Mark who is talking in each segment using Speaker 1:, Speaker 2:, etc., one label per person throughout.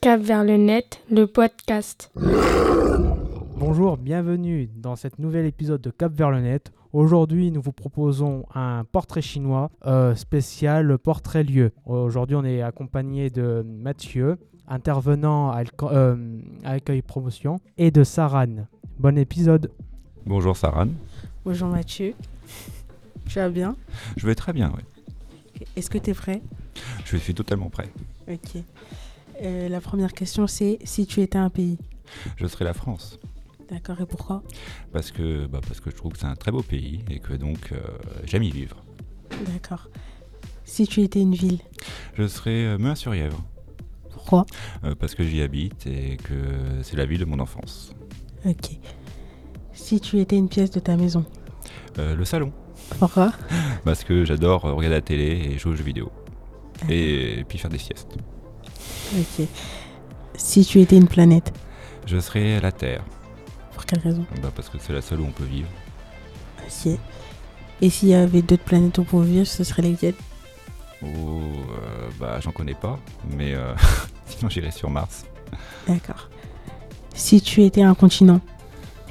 Speaker 1: Cap vers le net, le podcast.
Speaker 2: Bonjour, bienvenue dans cet nouvel épisode de Cap vers le net. Aujourd'hui, nous vous proposons un portrait chinois euh, spécial portrait lieu. Aujourd'hui, on est accompagné de Mathieu, intervenant à, Alco- euh, à Accueil Promotion, et de Saran. Bon épisode.
Speaker 3: Bonjour Saran.
Speaker 4: Bonjour Mathieu. Tu vas bien
Speaker 3: Je vais très bien, oui.
Speaker 4: Est-ce que tu es prêt
Speaker 3: Je suis totalement prêt.
Speaker 4: Ok. Euh, la première question, c'est si tu étais un pays.
Speaker 3: Je serai la France.
Speaker 4: D'accord, et pourquoi
Speaker 3: Parce que, bah, parce que je trouve que c'est un très beau pays et que donc euh, j'aime y vivre.
Speaker 4: D'accord. Si tu étais une ville.
Speaker 3: Je serai euh, Meurs-sur-Yèvre.
Speaker 4: Pourquoi
Speaker 3: euh, parce que j'y habite et que c'est la ville de mon enfance.
Speaker 4: Ok. Si tu étais une pièce de ta maison.
Speaker 3: Euh, le salon.
Speaker 4: Pourquoi
Speaker 3: Parce que j'adore euh, regarder la télé et jouer aux jeux vidéo. Et, puis faire des siestes.
Speaker 4: Ok. Si tu étais une planète.
Speaker 3: Je serai la Terre.
Speaker 4: Pour quelle raison
Speaker 3: Bah, parce que c'est la seule où on peut vivre.
Speaker 4: Ok. Et s'il y avait d'autres planètes où on pouvait vivre, ce serait lesquelles
Speaker 3: Oh, euh, bah, j'en connais pas. Mais euh, sinon j'irai sur Mars.
Speaker 4: D'accord. Si tu étais un continent.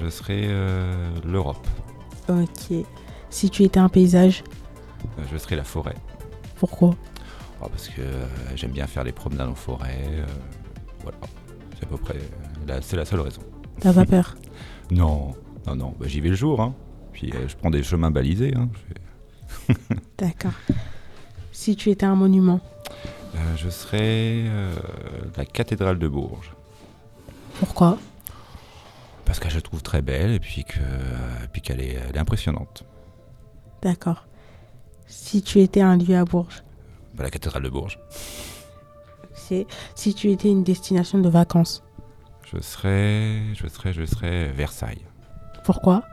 Speaker 3: Je serai euh, l'Europe.
Speaker 4: Ok. Si tu étais un paysage.
Speaker 3: Euh, Je serai la forêt.
Speaker 4: Pourquoi
Speaker 3: Ah, parce que euh, j'aime bien faire les promenades en forêt. euh, voilà. C'est à peu près. euh, la- c'est la seule raison.
Speaker 4: T'as pas peur
Speaker 3: Non, non, non. bah, J'y vais le jour. hein. Puis euh, je prends des chemins balisés. hein. Je, fais-
Speaker 4: D'accord. Si tu étais un monument.
Speaker 3: Euh, je serai euh, la cathédrale de Bourges.
Speaker 4: Pourquoi
Speaker 3: Parce que je la trouve très belle et puis que et puis qu'elle est, elle est impressionnante.
Speaker 4: D'accord. Si tu étais un lieu à Bourges,
Speaker 3: Bah, la cathédrale de Bourges.
Speaker 4: c'est si tu étais une destination de vacances.
Speaker 3: Je serai, je serai, je serai Versailles.
Speaker 4: Pourquoi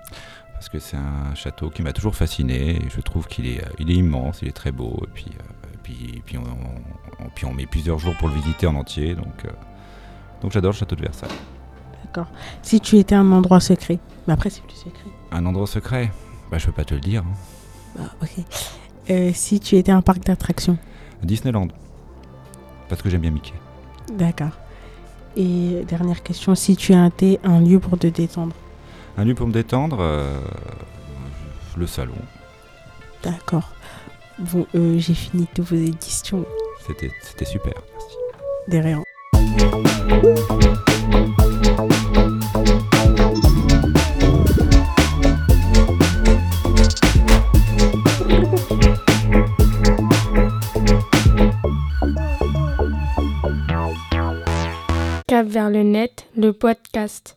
Speaker 3: Parce que c'est un château qui m'a toujours fasciné. Et je trouve qu'il est, euh, il est immense, il est très beau. Et puis, euh, et puis, et puis, on, on- puis on met plusieurs jours pour le visiter en entier. Donc, euh, donc j'adore le château de Versailles.
Speaker 4: D'accord. Si tu étais un endroit secret. Mais après, c'est plus secret.
Speaker 3: Un endroit secret bah, Je peux pas te le dire. hein.
Speaker 4: Bah, ok. Euh, si tu étais un parc d'attractions.
Speaker 3: Disneyland. Parce que j'aime bien Mickey.
Speaker 4: D'accord. Et dernière question, si tu étais un lieu pour te détendre.
Speaker 3: Un lieu pour me détendre euh, Le salon.
Speaker 4: D'accord. Bon, euh, j'ai fini de poser des questions.
Speaker 3: C'était c'était super. Merci.
Speaker 4: Derrière.
Speaker 1: Cap vers le net, le podcast.